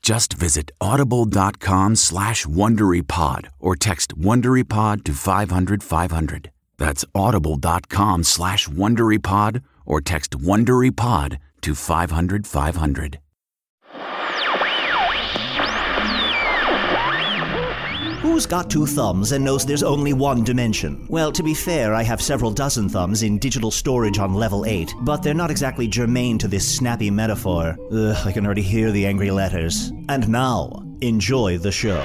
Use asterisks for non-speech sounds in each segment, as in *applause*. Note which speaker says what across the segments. Speaker 1: Just visit audible.com slash WonderyPod or text WonderyPod to 500 500. That's audible.com slash WonderyPod or text WonderyPod to 500 500.
Speaker 2: Who's got two thumbs and knows there's only one dimension? Well, to be fair, I have several dozen thumbs in digital storage on level 8, but they're not exactly germane to this snappy metaphor. Ugh, I can already hear the angry letters. And now, enjoy the show.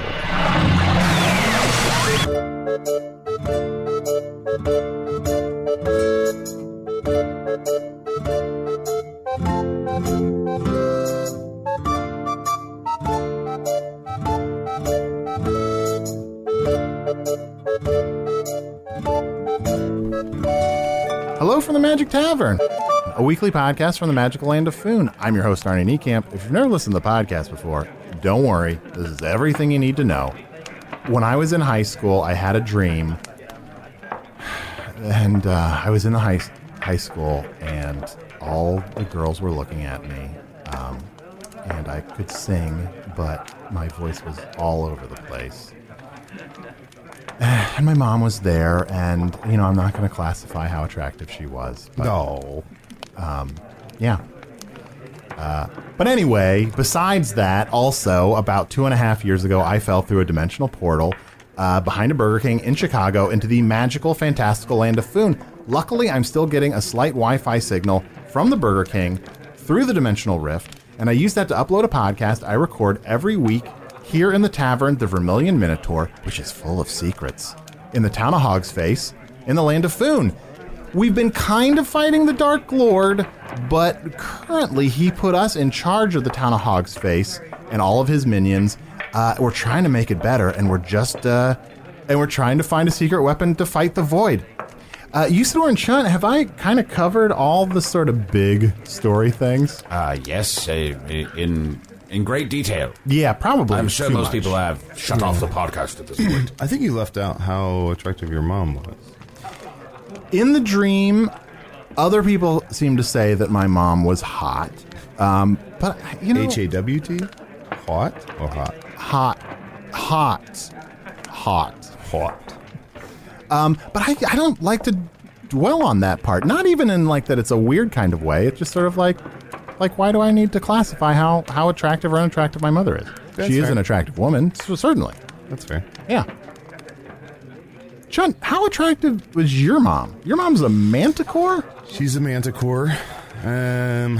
Speaker 3: Hello from the Magic Tavern, a weekly podcast from the magical land of Foon. I'm your host, Arnie Niekamp. If you've never listened to the podcast before, don't worry. This is everything you need to know. When I was in high school, I had a dream. And uh, I was in the high, high school, and all the girls were looking at me. Um, and I could sing, but my voice was all over the place. And my mom was there, and you know, I'm not going to classify how attractive she was. But, no. Um, yeah. Uh, but anyway, besides that, also about two and a half years ago, I fell through a dimensional portal uh, behind a Burger King in Chicago into the magical, fantastical land of Foon. Luckily, I'm still getting a slight Wi-Fi signal from the Burger King through the dimensional rift, and I use that to upload a podcast I record every week here in the tavern, the Vermilion Minotaur, which is full of secrets. In the town of Hog's Face, in the land of Foon. We've been kind of fighting the Dark Lord, but currently he put us in charge of the town of Hog's Face and all of his minions. Uh, we're trying to make it better, and we're just, uh, and we're trying to find a secret weapon to fight the Void. Uh, Usador and Chun, have I kind of covered all the sort of big story things?
Speaker 4: Uh, yes, uh, in in great detail.
Speaker 3: Yeah, probably.
Speaker 4: I'm sure
Speaker 3: too
Speaker 4: most
Speaker 3: much.
Speaker 4: people have shut off the podcast at this point.
Speaker 5: I think you left out how attractive your mom was.
Speaker 3: in the dream, other people seem to say that my mom was hot. Um, but you know,
Speaker 5: H
Speaker 4: E
Speaker 5: A W T? Hot or hot?
Speaker 3: hot, hot, hot.
Speaker 5: Hot.
Speaker 3: Um, but I, I don't like to dwell on that part. Not even in like that it's a weird kind of way. It's just sort of like, like why do I need to classify how how attractive or unattractive my mother is?
Speaker 5: That's
Speaker 3: she is
Speaker 5: fair.
Speaker 3: an attractive woman, so certainly.
Speaker 5: That's fair.
Speaker 3: Yeah. Chun, how attractive was your mom? Your mom's a manticore.
Speaker 5: She's a manticore. Um,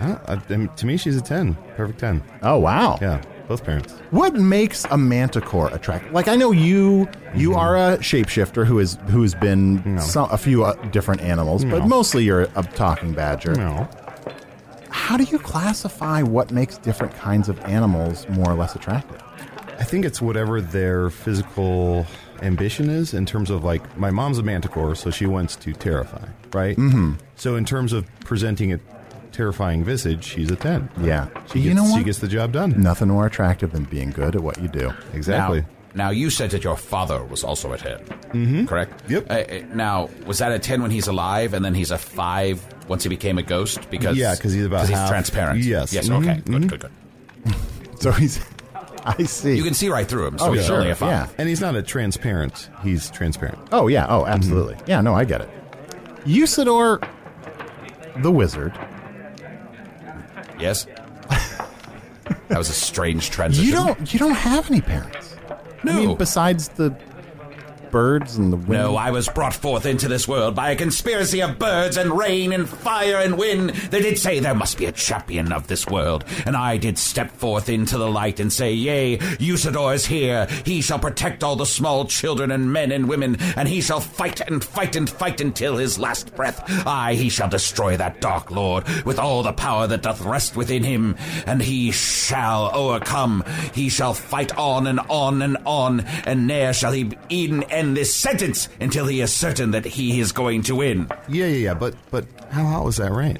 Speaker 5: I don't- I, I mean, to me, she's a 10. Perfect 10.
Speaker 3: Oh wow.
Speaker 5: Yeah, both parents.
Speaker 3: What makes a manticore attractive? Like I know you you
Speaker 5: Mm-hmm.
Speaker 3: are a shapeshifter who is who's been so- a few uh, different animals, but mostly you're a talking badger.
Speaker 5: No.
Speaker 3: How do you classify what makes different kinds of animals more or less attractive?
Speaker 5: I think it's whatever their physical ambition is in terms of like my mom's a manticore, so she wants to terrify, right? Mm-hmm. So in terms of presenting a terrifying visage, she's a ten.
Speaker 3: Yeah.
Speaker 5: she gets,
Speaker 3: You know
Speaker 5: she
Speaker 3: what?
Speaker 5: gets the job done.
Speaker 3: Nothing more attractive than being good at what you do.
Speaker 5: Exactly.
Speaker 3: Now,
Speaker 4: Now, you said that your father was also a 10, mm-hmm. correct?
Speaker 5: Yep.
Speaker 4: Uh, Uh, now, was that a 10 when he's alive, and then he's a 5 once he became a ghost? Because
Speaker 5: Yeah, 'cause he's about half-
Speaker 4: transparent.
Speaker 5: Yes.
Speaker 4: Yes,
Speaker 5: Mhm,
Speaker 4: okay. Good, good, good.
Speaker 3: So he's. *laughs* I see.
Speaker 4: You can see right through him, so
Speaker 3: Oh,
Speaker 4: he's
Speaker 3: sure,
Speaker 4: only a 5.
Speaker 3: yeah.
Speaker 5: And he's not a transparent. He's transparent.
Speaker 3: Oh yeah. Oh,
Speaker 5: Mm-hmm.
Speaker 3: absolutely. Yeah. No, I get it. Usador, the wizard.
Speaker 5: *laughs*
Speaker 4: Yes? that was a strange transition.
Speaker 3: You don't. You don't have any parents.
Speaker 4: No.
Speaker 3: I mean, besides the birds and the wind.
Speaker 4: No, I was brought forth into this world by a conspiracy of birds and rain and fire and wind. They did say there must be a champion of this world, and I did step forth into the light and say, Yea, Usador is here. He shall protect all the small children and men and women, and he shall fight and fight and fight until his last breath. Aye, he shall destroy that dark lord with all the power that doth rest within him, and he shall overcome. He shall fight on and on and on, and ne'er shall he even end this sentence until he is certain that he is going to win.
Speaker 5: Yeah, yeah, yeah. But but how hot was that rain?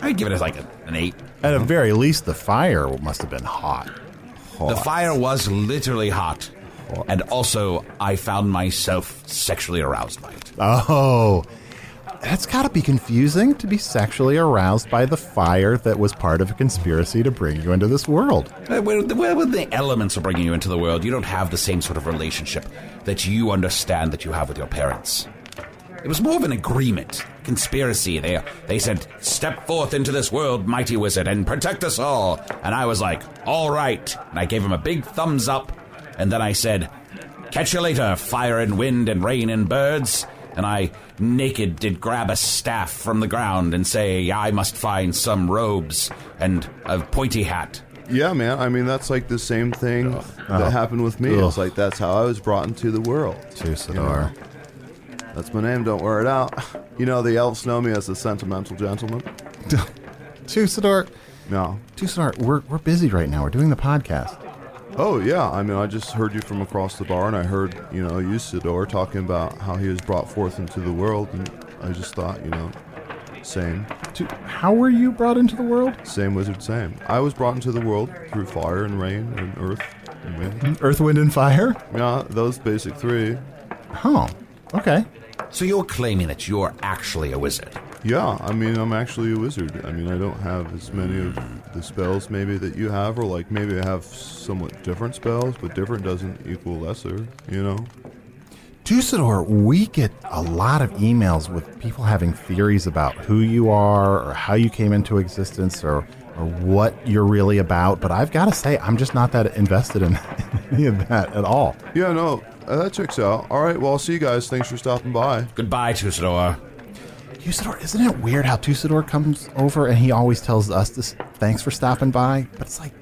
Speaker 4: I'd give it like a- an eight.
Speaker 3: At the very least, the fire must have been hot.
Speaker 4: The fire was literally hot, and also I found myself sexually aroused by it.
Speaker 3: Oh, that's got to be confusing to be sexually aroused by the fire that was part of a conspiracy to bring you into this world.
Speaker 4: Uh, Where, where where the elements are bringing you into the world, you don't have the same sort of relationship that you understand that you have with your parents. It was more of an agreement, conspiracy. They they said, "Step forth into this world, mighty wizard, and protect us all." And I was like, "All right," and I gave him a big thumbs up, and then I said, "Catch you later, fire and wind and rain and birds." And I, naked, did grab a staff from the ground and say, "I must find some robes and a pointy hat."
Speaker 6: Yeah, man. I mean, that's like the same thing that happened with me. It's
Speaker 3: Ugh.
Speaker 6: like that's how I was brought into the world.
Speaker 3: Tusador.
Speaker 6: That's my name. Don't wear it out. You know, the elves know me as the sentimental gentleman.
Speaker 3: Tusador.
Speaker 6: No.
Speaker 3: Tusador, we're, we're busy right now. We're doing the podcast.
Speaker 6: Oh yeah. I mean, I just heard you from across the bar, and I heard you know Usador talking about uh, how he was brought forth into the world, and I just thought, you know, same,
Speaker 3: Tu- How were you brought into the world?
Speaker 6: same wizard, same. I was brought into the world through fire and rain and earth and wind.
Speaker 3: Earth, wind, and fire?
Speaker 6: Yeah, those basic three.
Speaker 3: Oh, okay.
Speaker 4: So you're claiming that you're actually a wizard?
Speaker 6: Yeah, I mean, I'm actually a wizard. I mean, I don't have as many of the spells maybe that you have, or like maybe I have somewhat different spells, but different doesn't equal lesser, you know?
Speaker 3: Tusador, we get a lot of emails with people having theories about who you are or how you came into existence or, or what you're really about. But I've got to say, I'm just not that invested in *laughs* any of that at all.
Speaker 6: Yeah, no, uh, that checks out. All right, well, I'll see you guys. Thanks for stopping by.
Speaker 4: Goodbye, Tusador.
Speaker 3: Tusador, isn't it weird how Tusador comes over and he always tells us this, thanks for stopping by? But it's like,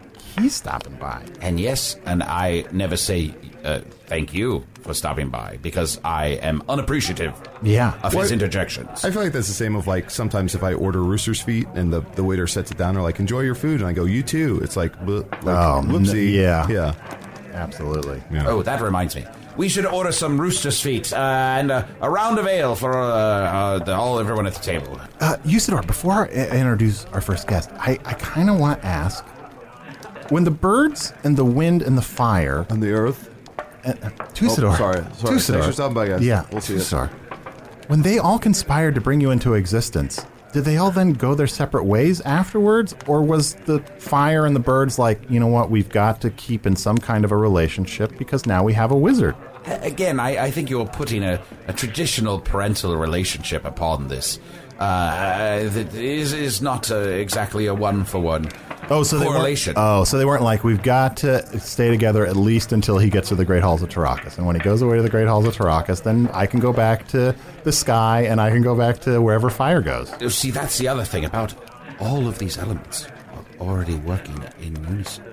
Speaker 3: he's stopping by.
Speaker 4: And yes, and I never say uh, thank you for stopping by because I am unappreciative
Speaker 3: Yeah.
Speaker 4: of his interjections.
Speaker 5: I feel like that's the same of like sometimes if I order rooster's feet and the, the waiter sets it down, they're like, enjoy your food. And I go, you too. It's like, bl- like
Speaker 3: Oh, n-
Speaker 5: whoopsie.
Speaker 3: yeah.
Speaker 5: Yeah.
Speaker 3: Absolutely.
Speaker 4: oh, that reminds me. We should order some rooster's feet uh, and uh, a round of ale for uh, uh, the, all everyone at the table.
Speaker 3: Uh, Usador, before I I introduce our first guest, I, I kind of want to ask when the birds and the wind and the fire.
Speaker 6: On the earth?
Speaker 3: Tusador.
Speaker 6: Oh, sorry, sorry.
Speaker 3: Tusador.
Speaker 6: Thanks for stopping by, guys.
Speaker 3: Yeah.
Speaker 6: We'll see you.
Speaker 3: Tusador. When they all conspired to bring you into existence, did they all then go their separate ways afterwards? Or was the fire and the birds like, you know what, we've got to keep in some kind of a relationship because now we have a wizard?
Speaker 4: Again, I, I think you're putting a, a traditional parental relationship upon this. Uh, that is, is not uh, exactly a one for one
Speaker 3: Oh, so they
Speaker 4: correlation.
Speaker 3: weren't, oh, so they weren't like we've got to stay together at least until he gets to the Great Halls of Tarakas, and when he goes away to the Great Halls of Tarakas, then I can go back to the sky and I can go back to wherever fire goes.
Speaker 4: You Oh, See, that's the other thing about all of these elements are already working in unison.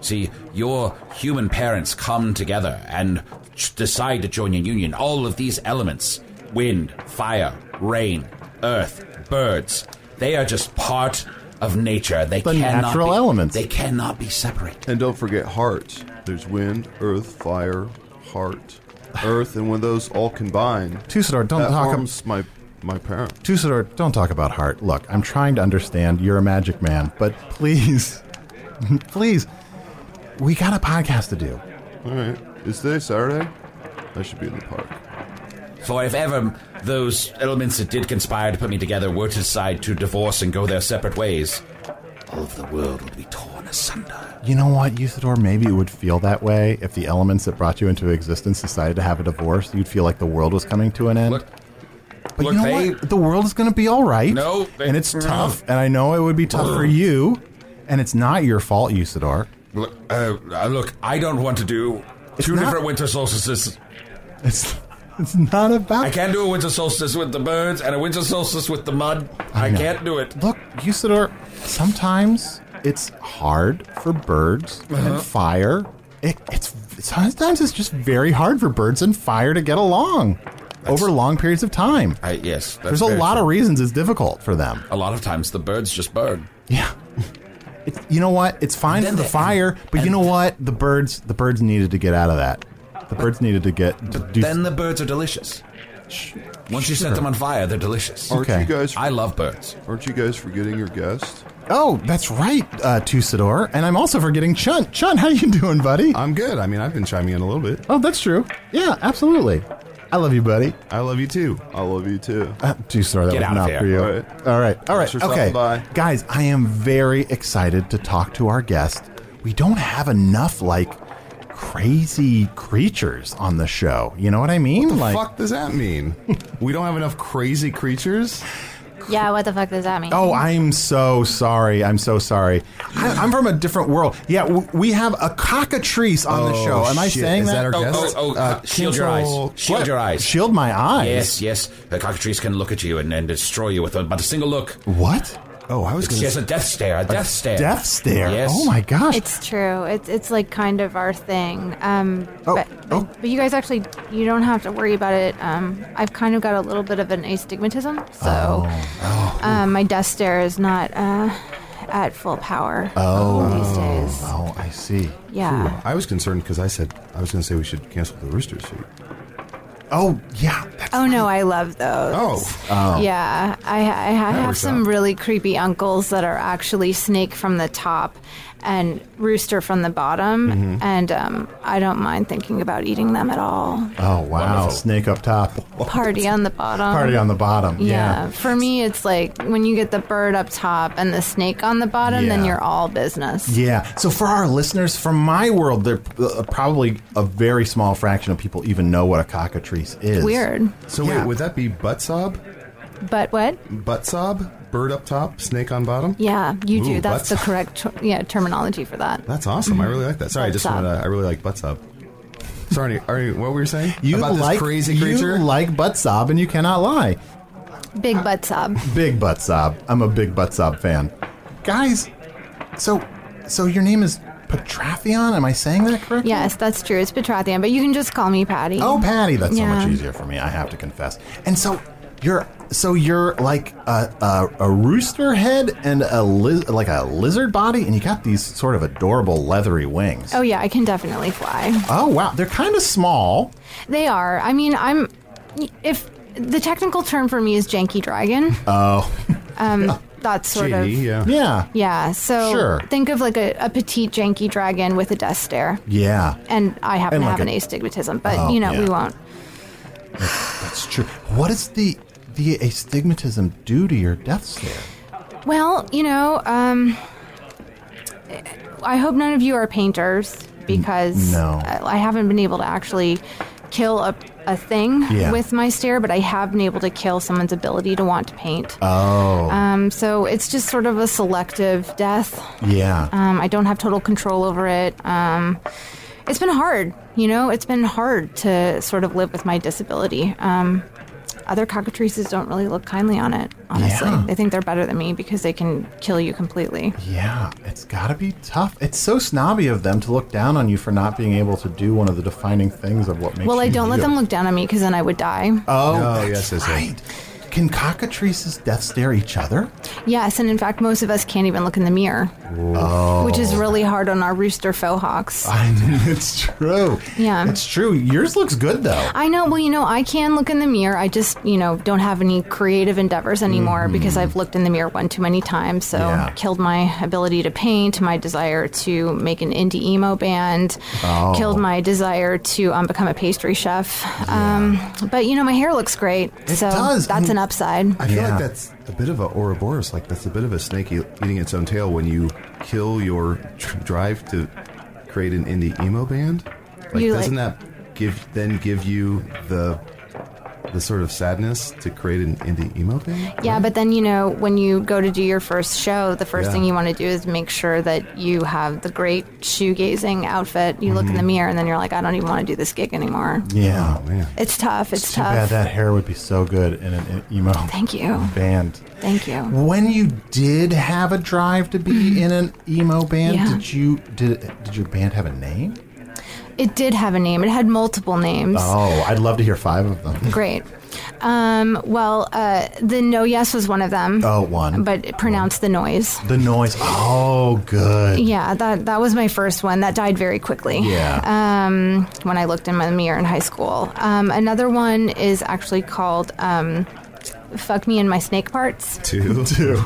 Speaker 4: See, your human parents come together and ch- decide to join a union. All of these elements wind, fire, rain, earth, birds they are just part of nature. They
Speaker 3: The
Speaker 4: cannot
Speaker 3: natural
Speaker 4: be-
Speaker 3: elements.
Speaker 4: They cannot be separated.
Speaker 6: And don't forget heart. There's wind, earth, fire, heart, earth, and when those all combine,
Speaker 3: Tusador, don't
Speaker 6: that
Speaker 3: talk. ab-
Speaker 6: forms my, my parent.
Speaker 3: Tusador, don't talk about heart. Look, I'm trying to understand. You're a magic *laughs* man, but please, please, we got a podcast to do.
Speaker 6: All right. Is today Saturday? I should be in the park.
Speaker 4: For if ever those elements that did conspire to put me together were to decide to divorce and go their separate ways, all of the world would be torn asunder.
Speaker 3: You know what, Usador? Maybe it would feel that way if the elements that brought you into existence decided to have a divorce. You'd feel like the world was coming to an end.
Speaker 4: Look,
Speaker 3: but
Speaker 4: look,
Speaker 3: you know
Speaker 4: they-
Speaker 3: what? The world is going to be all right.
Speaker 4: No, they-
Speaker 3: and it's
Speaker 4: no.
Speaker 3: tough. And I know it would be tough for you. And it's not your fault, Usador.
Speaker 4: look, uh, uh, look, I don't want to do
Speaker 3: It's
Speaker 4: two
Speaker 3: not-
Speaker 4: different winter solstices.
Speaker 3: It's it's not about.
Speaker 4: I can't do a winter solstice with the birds and a winter solstice with the mud. I,
Speaker 3: know.
Speaker 4: can't do it.
Speaker 3: Look, Usador. Sometimes it's hard for birds
Speaker 4: Uh-huh.
Speaker 3: and fire. It, it's sometimes it's just very hard for birds and fire to get along over long periods of time.
Speaker 4: I, yes, that's
Speaker 3: There's a
Speaker 4: very
Speaker 3: lot
Speaker 4: true.
Speaker 3: of reasons it's difficult for them.
Speaker 4: A lot of times the birds just burn.
Speaker 3: Yeah. It's, you know what? It's fine
Speaker 4: And
Speaker 3: for
Speaker 4: then
Speaker 3: the
Speaker 4: the-
Speaker 3: fire, but you
Speaker 4: and-
Speaker 3: know what? The birds, the birds needed to get out of that. The birds needed to get. To do,
Speaker 4: Then the birds are delicious. Once you set them on fire, they're delicious.
Speaker 6: Aren't
Speaker 3: Okay.
Speaker 6: you guys?
Speaker 4: I love birds.
Speaker 6: Aren't you guys forgetting your guest?
Speaker 3: oh, that's right, uh, Tusador. And I'm also forgetting Chun. Chun, how you doing, buddy?
Speaker 5: I'm good. I mean, I've been chiming in a little bit.
Speaker 3: Oh, that's true. Yeah, absolutely. I love you, buddy.
Speaker 5: I love you too.
Speaker 6: I love you too.
Speaker 3: Uh, Tusador, that
Speaker 4: Get
Speaker 3: was
Speaker 4: out of
Speaker 3: not
Speaker 4: here.
Speaker 3: for you.
Speaker 6: All right.
Speaker 3: All right. All right.
Speaker 6: Thanks for
Speaker 3: okay.
Speaker 6: stopping by.
Speaker 3: Guys, I am very excited to talk to our guest. We don't have enough like crazy creatures on the show. You know what I mean? like
Speaker 5: Fuck does that mean? we don't have enough crazy creatures.
Speaker 7: Yeah, what the fuck does that mean?
Speaker 3: Oh, I'm so sorry. I'm so sorry. I, I'm from a different world. Yeah, w- we have a cockatrice on the
Speaker 5: Oh,
Speaker 3: show. Am I
Speaker 5: shit.
Speaker 3: saying
Speaker 5: Is that
Speaker 3: that?
Speaker 5: our guest?
Speaker 4: Oh, oh, oh, uh, shield your eyes.
Speaker 5: Kinzel-
Speaker 4: Shield your eyes.
Speaker 3: Shield my eyes.
Speaker 4: Yes, yes. The cockatrice can look at you and, and destroy you with a, but a single look.
Speaker 3: What?
Speaker 5: Oh, I was
Speaker 4: She has a death stare. A death stare.
Speaker 3: Death stare.
Speaker 4: Yes.
Speaker 3: Oh my gosh.
Speaker 7: It's true. It's it's like kind of our thing. Um,
Speaker 3: Oh,
Speaker 7: but,
Speaker 3: oh.
Speaker 7: but you guys actually you don't have to worry about it. Um, I've kind of got a little bit of an astigmatism, so
Speaker 5: Oh,
Speaker 7: Um, my death stare is not uh, at full power these days.
Speaker 3: oh, I see.
Speaker 7: Yeah.
Speaker 5: I was concerned because I said I was going to say we should cancel the rooster suit.
Speaker 3: Oh yeah. That's,
Speaker 7: Oh no, I love those.
Speaker 5: Oh,
Speaker 7: Yeah, I, I, I have
Speaker 5: works
Speaker 7: some
Speaker 5: out.
Speaker 7: really creepy uncles that are actually snake from the top and rooster from the bottom,
Speaker 5: Mm-hmm.
Speaker 7: and um, I don't mind thinking about eating them at all.
Speaker 3: oh wow.
Speaker 4: Wonderful.
Speaker 3: Snake up top.
Speaker 7: Party on the bottom.
Speaker 3: Party on the bottom.
Speaker 7: Um, Yeah.
Speaker 3: Yeah.
Speaker 7: for me, it's like when you get the bird up top and the snake on the bottom, then
Speaker 3: Yeah.
Speaker 7: you're all business.
Speaker 3: Yeah. So for our listeners from my world, they're uh, probably a very small fraction of people even know what a cockatrice is.
Speaker 7: Weird.
Speaker 5: so
Speaker 3: Yeah.
Speaker 5: wait, would that be butt sob?
Speaker 7: But what?
Speaker 5: Butt sob? Bird up top, snake on bottom?
Speaker 7: Yeah, you do.
Speaker 5: Ooh,
Speaker 7: That's
Speaker 5: butts.
Speaker 7: the correct ter- yeah terminology for that.
Speaker 5: That's awesome. I really like that. Sorry, I
Speaker 7: Butt
Speaker 5: just
Speaker 7: sob.
Speaker 5: wanted to, I really like butt sob. Sorry, are you, what were you saying?
Speaker 3: You
Speaker 5: About
Speaker 3: like
Speaker 5: this crazy creature?
Speaker 3: You like butt sob, and you cannot lie.
Speaker 7: Big butt sob.
Speaker 3: Big butt sob. I'm a big butt sob fan. Guys, so so your name is Petraphion? Am I saying that correctly?
Speaker 7: yes, that's true. It's Petrathian, but you can just call me Patty.
Speaker 3: Oh, Patty, that's so much
Speaker 7: Yeah.
Speaker 3: easier for me. I have to confess. And so you're so you're like a, a, a rooster head and a liz, like a lizard body, and you got these sort of adorable leathery wings.
Speaker 7: Oh yeah, I can definitely fly.
Speaker 3: Oh, wow, they're kind of small.
Speaker 7: They are. I mean, I'm if the technical term for me is janky dragon. Um,
Speaker 3: Oh,
Speaker 7: That's sort
Speaker 5: Gee,
Speaker 7: of
Speaker 5: yeah.
Speaker 3: yeah,
Speaker 7: yeah. So
Speaker 3: Sure.
Speaker 7: think of like a, a petite janky dragon with a death stare.
Speaker 3: yeah.
Speaker 7: And I happen
Speaker 3: And
Speaker 7: to
Speaker 3: like
Speaker 7: have
Speaker 3: a-
Speaker 7: an astigmatism, but
Speaker 3: Oh,
Speaker 7: you know we
Speaker 3: yeah.
Speaker 7: won't.
Speaker 3: That's true. What does the the astigmatism do to your death stare?
Speaker 7: Well, you know, um, I hope none of you are painters because
Speaker 3: no.
Speaker 7: I I haven't been able to actually kill a, a thing
Speaker 3: Yeah.
Speaker 7: with my stare, but I have been able to kill someone's ability to want to paint.
Speaker 3: Oh,
Speaker 7: Um, so it's just sort of a selective death.
Speaker 3: yeah.
Speaker 7: Um, I don't have total control over it. Um, it's been hard, you know. It's been hard to sort of live with my disability. Um, other cockatrices don't really look kindly on it. Honestly,
Speaker 3: Yeah.
Speaker 7: they think they're better than me because they can kill you completely.
Speaker 3: Yeah, it's got to be tough. It's so snobby of them to look down on you for not being able to do one of the defining things of what makes.
Speaker 7: Well, I
Speaker 3: you
Speaker 7: don't let
Speaker 3: you.
Speaker 7: them look down on me because then I would die.
Speaker 3: Oh,
Speaker 5: No,
Speaker 3: that's
Speaker 5: yes, yes, yes.
Speaker 3: right. Can cockatrices death stare each other?
Speaker 7: Yes, and in fact, most of us can't even look in the mirror, which is really hard on our rooster faux hawks.
Speaker 3: *laughs* I mean, it's true.
Speaker 7: Yeah. Uh,
Speaker 3: It's true. Yours looks good, though.
Speaker 7: I know. Well, you know, I can look in the mirror. I just, you know, don't have any creative endeavors anymore because I've looked in the mirror one too many times. So
Speaker 3: Mm-hmm. Yeah.
Speaker 7: killed my ability to paint, my desire to make an indie emo band,
Speaker 3: Oh.
Speaker 7: killed my desire to um, become a pastry chef. Um, but you know, my hair looks great,
Speaker 3: It
Speaker 7: so
Speaker 3: does.
Speaker 7: that's
Speaker 3: I mean-
Speaker 7: an upside.
Speaker 5: I feel
Speaker 3: Yeah.
Speaker 5: like that's a bit of a Ouroboros. Like that's a bit of a snake e- eating its own tail when you kill your tr- drive to create an indie emo band. Like
Speaker 7: You, like-
Speaker 5: doesn't that give then give you the the sort of sadness to create an indie emo band?
Speaker 7: Yeah, but then you know when you go to do your first show, the first
Speaker 5: Yeah.
Speaker 7: thing you want to do is make sure that you have the great shoegazing outfit. You look in the
Speaker 3: Mm-hmm.
Speaker 7: mirror and then you're like, I don't even want to do this gig anymore.
Speaker 3: Yeah.
Speaker 5: Oh man,
Speaker 7: It's tough. It's,
Speaker 3: It's too bad
Speaker 7: tough.
Speaker 3: that hair would be so good in an, an emo
Speaker 7: Thank you.
Speaker 3: band.
Speaker 7: Thank you.
Speaker 3: When you did have a drive to be in an emo band,
Speaker 7: Yeah.
Speaker 3: did you did did your band have a name?
Speaker 7: It did have a name. It had multiple names.
Speaker 3: Oh, I'd love to hear five of them.
Speaker 7: Great. Um, well, uh, the no yes was one of them, *laughs*
Speaker 3: Oh, one.
Speaker 7: but it pronounced the noise.
Speaker 3: the noise. Oh, good.
Speaker 7: Yeah, that that was my first one. That died very quickly.
Speaker 3: Yeah.
Speaker 7: Um, when I looked in my mirror in high school. Um, another one is actually called um, "Fuck Me and My Snake Parts."
Speaker 3: *laughs*
Speaker 5: two two.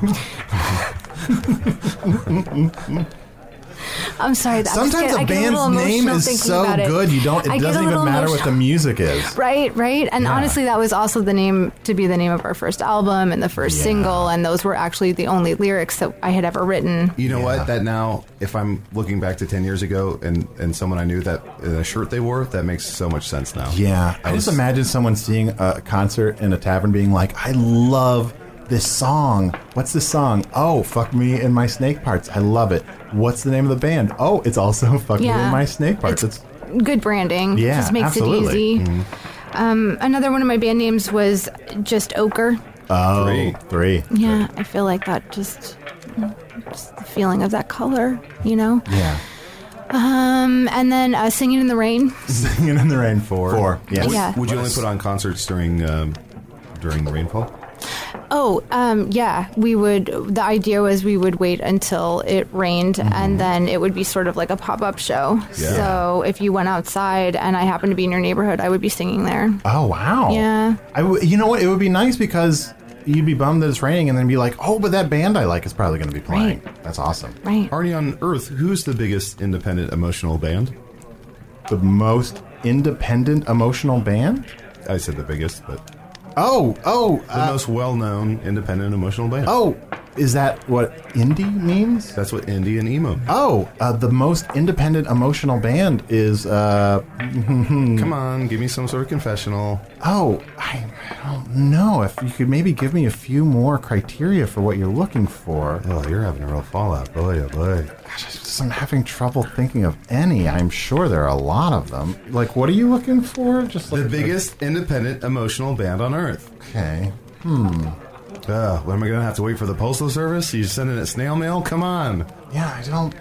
Speaker 7: I'm sorry. That
Speaker 3: Sometimes
Speaker 7: I get,
Speaker 3: a
Speaker 7: I get
Speaker 3: band's
Speaker 7: little
Speaker 3: name
Speaker 7: emotional
Speaker 3: is
Speaker 7: thinking
Speaker 3: so
Speaker 7: about it.
Speaker 3: good you don't.
Speaker 7: I get
Speaker 3: It
Speaker 7: a
Speaker 3: doesn't even
Speaker 7: little
Speaker 3: matter what the
Speaker 7: emotional.
Speaker 3: music is.
Speaker 7: Right, right. And
Speaker 3: Yeah.
Speaker 7: honestly, that was also the name to be the name of our first album and the first
Speaker 3: Yeah.
Speaker 7: single. And those were actually the only lyrics that I had ever written.
Speaker 5: You know
Speaker 3: Yeah.
Speaker 5: what? That now, if I'm looking back to ten years ago, and and someone I knew that in a shirt they wore, that makes so much sense now.
Speaker 3: Yeah, I
Speaker 5: I
Speaker 3: just
Speaker 5: was-
Speaker 3: imagine someone seeing a concert in a tavern being like, I love this song. What's this song? Oh, fuck me and my snake parts. I love it. What's the name of the band? Oh, it's also *laughs* fuck me
Speaker 7: Yeah.
Speaker 3: and my snake parts. It's,
Speaker 7: Good branding.
Speaker 3: Yeah,
Speaker 7: Just makes it
Speaker 3: absolutely. Mm-hmm. Mm.
Speaker 7: easy. Um, another one of my band names was just Ochre.
Speaker 3: oh,
Speaker 5: Three.
Speaker 3: three.
Speaker 7: Yeah, I feel like that just, just the feeling of that color, you know?
Speaker 3: Yeah. *laughs*
Speaker 7: Um, and then uh, Singing in the Rain.
Speaker 3: Singing in the rain. Four. Four. Yes.
Speaker 7: Yeah.
Speaker 5: Would you only put on concerts during um, during the rainfall?
Speaker 7: Oh, um, yeah. We would. The idea was we would wait until it rained,
Speaker 3: Mm-hmm.
Speaker 7: and then it would be sort of like a pop up show.
Speaker 5: Yeah.
Speaker 7: So if you went outside and I happened to be in your neighborhood, I would be singing there.
Speaker 3: Oh wow.
Speaker 7: Yeah.
Speaker 3: I w- you know what? It would be nice because you'd be bummed that it's raining and then be like, oh, but that band I like is probably going to be playing. That's awesome.
Speaker 7: Right.
Speaker 5: Arnie on Earth, who's the biggest independent emotional band?
Speaker 3: The most independent emotional band.
Speaker 5: I said the biggest, but
Speaker 3: Oh, oh,
Speaker 5: the most well known independent emotional band.
Speaker 3: Oh, is that what indie means?
Speaker 5: That's what indie and emo. mean.
Speaker 3: Oh, uh, the most independent emotional band is. Uh,
Speaker 5: Come on, give me some sort of confessional.
Speaker 3: oh, I, I don't know. If you could maybe give me a few more criteria for what you're looking for.
Speaker 5: Oh, you're having a real fallout, boy, oh boy.
Speaker 3: Gosh, I'm just- I'm having trouble thinking of any. I'm sure there are a lot of them. Like, what are you looking for? Just like
Speaker 5: The biggest independent emotional band on Earth.
Speaker 3: Okay.
Speaker 5: Uh, what am I gonna have to wait for the postal service? You sending it snail mail? Come on.
Speaker 3: Yeah, I don't.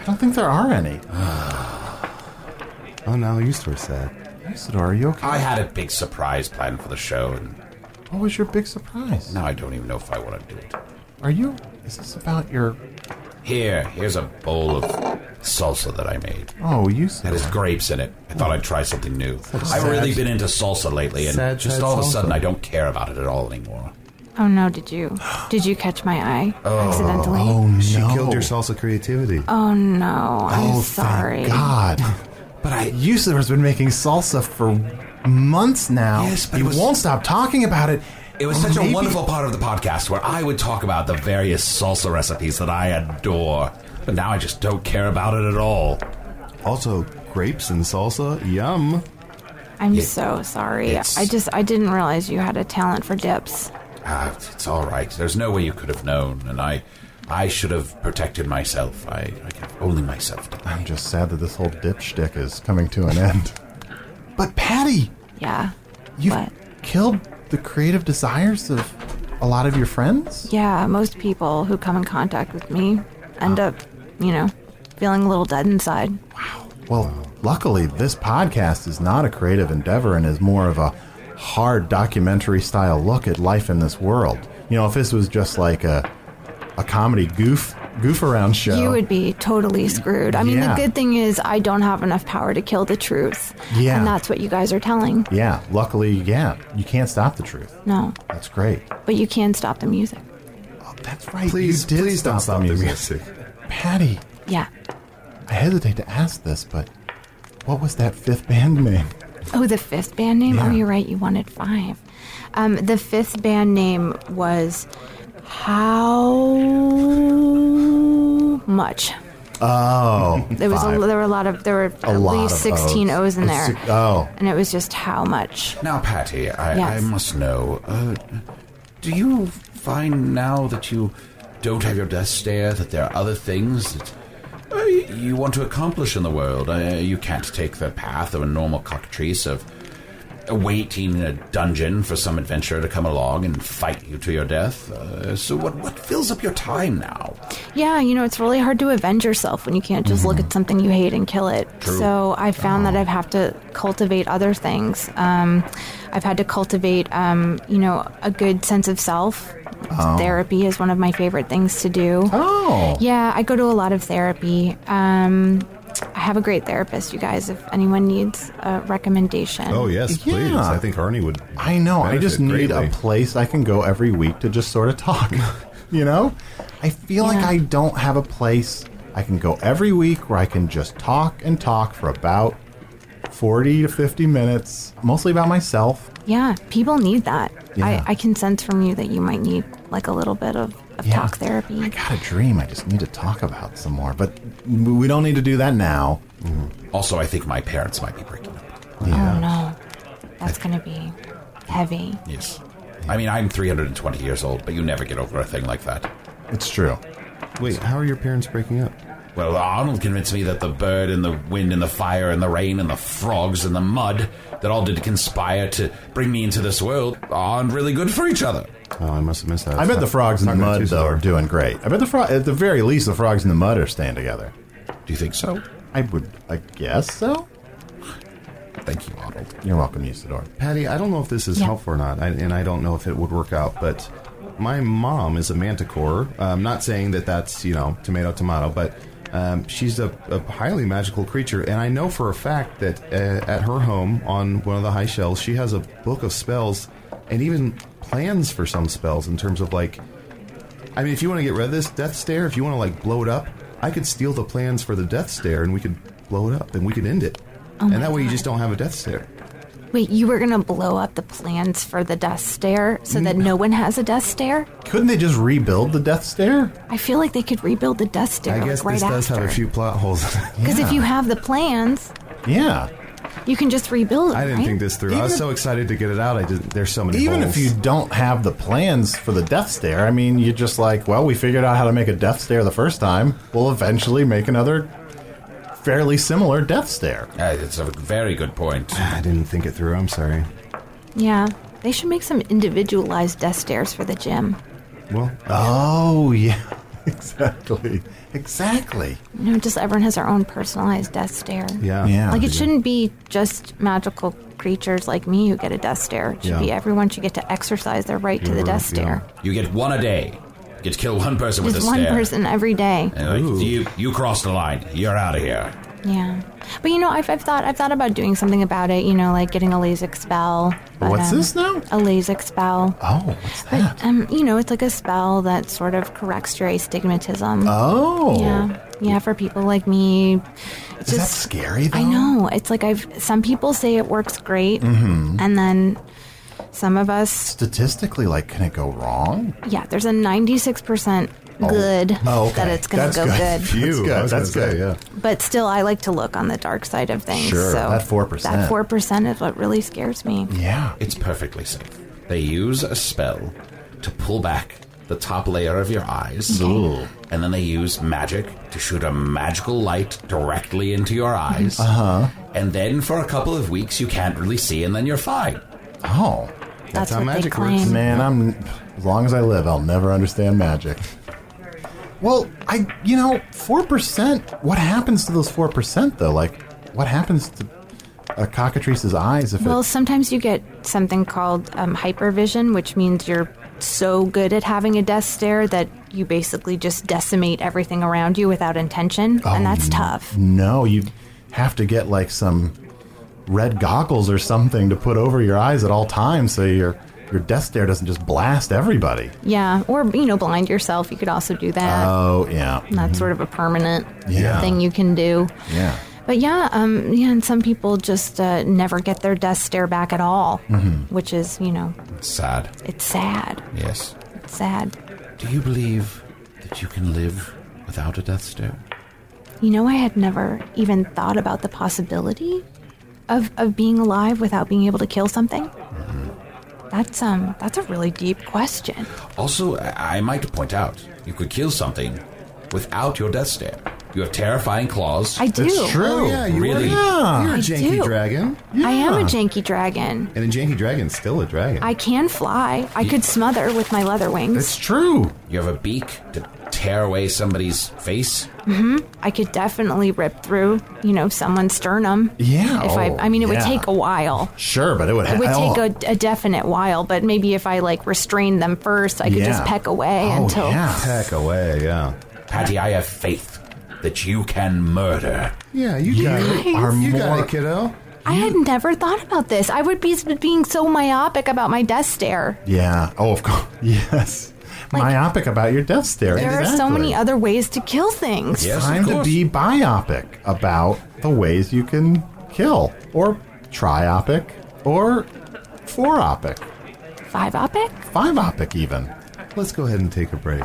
Speaker 3: I don't think there are any.
Speaker 5: Oh no, you are sad.
Speaker 3: Isidore, are you okay?
Speaker 4: I had a big surprise planned for the show, and
Speaker 3: What was your big surprise?
Speaker 4: now I don't even know if I want to do it.
Speaker 3: Are you? Is this about your?
Speaker 4: Here, here's a bowl of salsa that I made.
Speaker 3: Oh, you. said.
Speaker 4: It has grapes in it. I thought I'd try something new. I've really been into salsa lately, and
Speaker 5: sad,
Speaker 4: just
Speaker 5: sad
Speaker 4: all of a
Speaker 5: salsa.
Speaker 4: sudden, I don't care about it at all anymore.
Speaker 7: Oh no! Did you did you catch my eye accidentally?
Speaker 3: *gasps* Oh no!
Speaker 5: She killed your salsa creativity.
Speaker 7: Oh, no! I'm
Speaker 3: Oh,
Speaker 7: sorry.
Speaker 3: Thank God.
Speaker 4: But I,
Speaker 3: Yusuf has been making salsa for months now.
Speaker 4: Yes, but
Speaker 3: he
Speaker 4: it was-
Speaker 3: won't stop talking about it.
Speaker 4: it was such
Speaker 3: Maybe-
Speaker 4: a wonderful part of the podcast where I would talk about the various salsa recipes that I adore. But now I just don't care about it at all.
Speaker 5: Also, grapes and salsa, yum.
Speaker 7: I'm so sorry.
Speaker 4: It's-
Speaker 7: I just I didn't realize you had a talent for dips.
Speaker 4: Ah, it's all right. There's no way you could have known, and I, I should have protected myself. I, I can only myself. to-
Speaker 3: I'm just sad that this whole dipshtick is coming to an end. but Patty,
Speaker 7: Yeah.
Speaker 3: you've
Speaker 7: What?
Speaker 3: killed the creative desires of a lot of your friends.
Speaker 7: Yeah, most people who come in contact with me end up, you know, feeling a little dead inside.
Speaker 3: Well, luckily, this podcast is not a creative endeavor and is more of a hard documentary style look at life in this world. You know, if this was just like a a comedy goof goof around show,
Speaker 7: You would be totally screwed. I mean,
Speaker 3: Yeah.
Speaker 7: the good thing is I don't have enough power to kill the truth.
Speaker 3: Yeah.
Speaker 7: And that's what you guys are telling.
Speaker 3: yeah. Luckily, yeah, you can't stop the truth.
Speaker 7: No.
Speaker 3: That's great.
Speaker 7: But you can stop the music.
Speaker 3: Oh, that's right.
Speaker 5: Please,
Speaker 3: you did
Speaker 5: please
Speaker 3: stop
Speaker 5: don't stop
Speaker 3: the
Speaker 5: the
Speaker 3: music. Patty,
Speaker 7: Yeah.
Speaker 3: I hesitate to ask this, but what was that fifth band name?
Speaker 7: Oh, the fifth band name? Oh,
Speaker 3: Yeah.
Speaker 7: you're right. You wanted five. Um, the fifth band name was How Much.
Speaker 5: *laughs*
Speaker 3: Oh,
Speaker 7: There was a,
Speaker 3: five.
Speaker 7: there were a lot of there were
Speaker 3: A
Speaker 7: at
Speaker 3: lot
Speaker 7: least
Speaker 3: of
Speaker 7: sixteen O's,
Speaker 3: O's.
Speaker 7: in
Speaker 3: Oh,
Speaker 7: there,
Speaker 3: si- oh.
Speaker 7: and it was just how much.
Speaker 4: Now, Patty, I, I
Speaker 7: Yes.
Speaker 4: must know. Uh, do you find now that you don't have your desk stare that there are other things that uh, y- you want to accomplish in the world? Uh, you can't take the path of a normal cockatrice of waiting in a dungeon for some adventurer to come along and fight you to your death. Uh, so, what what fills up your time now?
Speaker 7: Yeah, you know it's really hard to avenge yourself when you can't just
Speaker 3: Mm-hmm.
Speaker 7: look at something you hate and kill it. So I found that I've have to cultivate other things. Um, I've had to cultivate, um, you know, a good sense of self. Therapy is one of my favorite things to do.
Speaker 3: Oh,
Speaker 7: Yeah, I go to a lot of therapy. Um, I have a great therapist, you guys. If anyone needs a recommendation,
Speaker 5: Oh yes, please.
Speaker 3: Yeah.
Speaker 5: I think Arnie would.
Speaker 3: I know. I
Speaker 5: benefit
Speaker 3: just need
Speaker 5: greatly.
Speaker 3: a place I can go every week to just sort of talk. *laughs* you know, I feel like
Speaker 7: Yeah.
Speaker 3: I don't have a place I can go every week where I can just talk and talk for about forty to fifty minutes, mostly about myself.
Speaker 7: Yeah, people need that.
Speaker 3: Yeah.
Speaker 7: I, I can sense from you that you might need like a little bit of, of
Speaker 3: Yeah.
Speaker 7: talk therapy.
Speaker 3: I got a dream. I just need to talk about some more, but we don't need to do that now.
Speaker 4: Also, I think my parents might be breaking up.
Speaker 7: Oh no, that's gonna be heavy.
Speaker 4: Yes. I mean, I'm 320 years old, but you never get over a thing like that.
Speaker 3: It's true.
Speaker 5: Wait, how are your parents breaking up?
Speaker 4: Well, Arnold convinced me that the bird and the wind and the fire and the rain and the frogs and the mud that all did conspire to bring me into this world aren't really good for each other.
Speaker 5: Oh, I must have missed that.
Speaker 3: I bet the frogs in the
Speaker 5: Not gonna
Speaker 3: mud
Speaker 5: choose
Speaker 3: though
Speaker 5: it.
Speaker 3: are doing great. I bet the frog, at the very least, the frogs in the mud are staying together.
Speaker 4: Do you think so? Uh,
Speaker 3: I would, I guess so.
Speaker 4: Thank you, Arnold.
Speaker 3: You're welcome, Usador.
Speaker 5: Patty, I don't know if this is
Speaker 7: Yeah.
Speaker 5: helpful or not, I, and I don't know if it would work out, but my mom is a manticore. I'm not saying that that's, you know, tomato, tomato, but um, she's a, a highly magical creature, and I know for a fact that uh, at her home on one of the high shelves, she has a book of spells and even plans for some spells in terms of like. I mean, if you want to get rid of this Death Stare, if you want to like blow it up, I could steal the plans for the Death Stare and we could blow it up and we could end it. and that way you just don't have a Death Stare.
Speaker 7: Wait, you were gonna blow up the plans for the death stare so that
Speaker 5: Mm.
Speaker 7: no one has a death stare?
Speaker 3: Couldn't they just rebuild the Death Stare?
Speaker 7: I feel like they could rebuild the death stare
Speaker 5: I
Speaker 7: like,
Speaker 5: guess
Speaker 7: right
Speaker 5: this does have a
Speaker 7: after.
Speaker 5: few plot holes.
Speaker 7: Because if you have the plans,
Speaker 3: Yeah.
Speaker 7: you can just rebuild them.
Speaker 5: *laughs* I didn't
Speaker 7: right?
Speaker 5: think this through. I was
Speaker 3: Even-
Speaker 5: so excited to get it out. I didn't. There's so many.
Speaker 3: Even
Speaker 5: holes.
Speaker 3: if you don't have the plans for the Death Stare, I mean, you're just like, well, we figured out how to make a Death Stare the first time. We'll eventually make another fairly similar Death Stare.
Speaker 4: Uh, it's a very good point.
Speaker 5: I didn't think it through. I'm sorry.
Speaker 7: Yeah, they should make some individualized death stares for the gym.
Speaker 5: Well,
Speaker 3: Oh, yeah. *laughs* Exactly. Exactly.
Speaker 7: You know, just everyone has their own personalized death stare.
Speaker 5: yeah,
Speaker 3: Yeah.
Speaker 7: Like it shouldn't be just magical creatures like me who get a death stare. It should
Speaker 5: Yeah.
Speaker 7: be everyone should get to exercise their right to the
Speaker 5: You're
Speaker 7: death
Speaker 5: right, yeah.
Speaker 7: stare.
Speaker 4: You get one a day. You get to kill one person with
Speaker 7: Just
Speaker 4: a
Speaker 7: one
Speaker 4: stare.
Speaker 7: person every day.
Speaker 4: And, like, you, you crossed the line. You're out of here.
Speaker 7: Yeah. But you know, I've, I've thought I've thought about doing something about it. You know, like getting a LASIK spell. But,
Speaker 3: What's
Speaker 7: um,
Speaker 3: this now?
Speaker 7: A LASIK spell.
Speaker 3: Oh, what's that?
Speaker 7: Um, you know, it's like a spell that sort of corrects your astigmatism.
Speaker 3: Oh.
Speaker 7: Yeah. Yeah, for people like me. It's
Speaker 3: Is that
Speaker 7: just
Speaker 3: scary, though?
Speaker 7: I know. It's like I've some people say it works great
Speaker 3: Mm-hmm.
Speaker 7: and then some of us
Speaker 3: Statistically, like, can it go wrong?
Speaker 7: yeah, there's a 96% good
Speaker 3: Oh, okay.
Speaker 7: that it's going to
Speaker 3: That's
Speaker 7: go
Speaker 3: good.
Speaker 7: good.
Speaker 5: Phew,
Speaker 3: That's good,
Speaker 5: I was
Speaker 3: that's
Speaker 5: gonna say,
Speaker 3: good.
Speaker 5: yeah.
Speaker 7: But still, I like to look on the dark side of things.
Speaker 3: Sure,
Speaker 7: so
Speaker 3: that 4%.
Speaker 7: That four percent is what really scares me.
Speaker 3: Yeah.
Speaker 4: It's perfectly safe. They use a spell to pull back the top layer of your eyes,
Speaker 3: Ooh.
Speaker 4: and then they use magic to shoot a magical light directly into your eyes. Uh huh. And then for a couple of weeks, you can't really see, and then you're fine.
Speaker 3: Oh.
Speaker 7: That's,
Speaker 5: how
Speaker 7: what
Speaker 5: magic
Speaker 7: they
Speaker 5: works.
Speaker 7: claim.
Speaker 3: Man, I'm as long as I live, I'll never understand magic. Well, I you know, four percent. What happens to those four percent though? Like, what happens to a cockatrice's eyes if
Speaker 7: Well,
Speaker 3: it.
Speaker 7: sometimes you get something called um, hypervision, which means you're so good at having a death stare that you basically just decimate everything around you without intention, and that's tough.
Speaker 3: No, you have to get like some red goggles or something to put over your eyes at all times so your your death stare doesn't just blast everybody.
Speaker 7: Yeah, or you know, blind yourself. You could also do that.
Speaker 5: Um,
Speaker 3: Oh yeah,
Speaker 7: that's sort of a permanent
Speaker 3: Yeah.
Speaker 7: thing you can do.
Speaker 3: yeah.
Speaker 7: But yeah, um, yeah, and some people just uh, never get their death stare back at all, which is, you know,
Speaker 4: Sad.
Speaker 7: it's sad.
Speaker 4: Yes.
Speaker 7: It's sad.
Speaker 4: Do you believe that you can live without a death stare?
Speaker 7: You know, I had never even thought about the possibility of of being alive without being able to kill something.
Speaker 3: Mm-hmm.
Speaker 7: That's um, that's a really deep question.
Speaker 4: Also, I I might point out you could kill something without your death stare. You have terrifying claws.
Speaker 7: I do.
Speaker 3: It's true.
Speaker 5: Oh, yeah, you
Speaker 4: Really?
Speaker 5: Are, you're a
Speaker 7: I
Speaker 5: Ah, janky
Speaker 7: do.
Speaker 5: dragon.
Speaker 7: I am a janky dragon.
Speaker 5: And a janky dragon's still a dragon.
Speaker 7: I can fly. I could smother with my leather wings.
Speaker 3: It's true.
Speaker 4: You have a beak to tear away somebody's face.
Speaker 7: I could definitely rip through, you know, someone's sternum.
Speaker 3: Yeah.
Speaker 7: If I,
Speaker 3: Oh,
Speaker 7: I mean, it would
Speaker 3: yeah.
Speaker 7: take a while.
Speaker 3: Sure, but it
Speaker 7: *laughs*
Speaker 3: would.
Speaker 7: It would
Speaker 3: hell-
Speaker 7: take a, a definite while, but maybe if I like restrained them first, I could just
Speaker 3: Yeah.
Speaker 7: peck away
Speaker 3: Oh,
Speaker 7: until.
Speaker 3: yeah.
Speaker 5: Heck away, yeah.
Speaker 4: Patty, I have faith that you can murder.
Speaker 5: Yeah, you,
Speaker 3: You
Speaker 5: got it.
Speaker 3: are
Speaker 5: you got
Speaker 3: more-
Speaker 5: it, kiddo.
Speaker 7: I had never thought about this. I would be being so myopic about my death stare.
Speaker 3: Yeah. Oh, of course. *laughs* Yes. Myopic about your death stare.
Speaker 7: There are so
Speaker 3: Exactly.
Speaker 7: many other ways to kill things.
Speaker 4: Yes, of
Speaker 3: time to
Speaker 4: course.
Speaker 3: be biopic about the ways you can kill, or triopic, or fouropic,
Speaker 7: Five opic?
Speaker 3: fiveopic, even.
Speaker 5: Let's go ahead and take a break.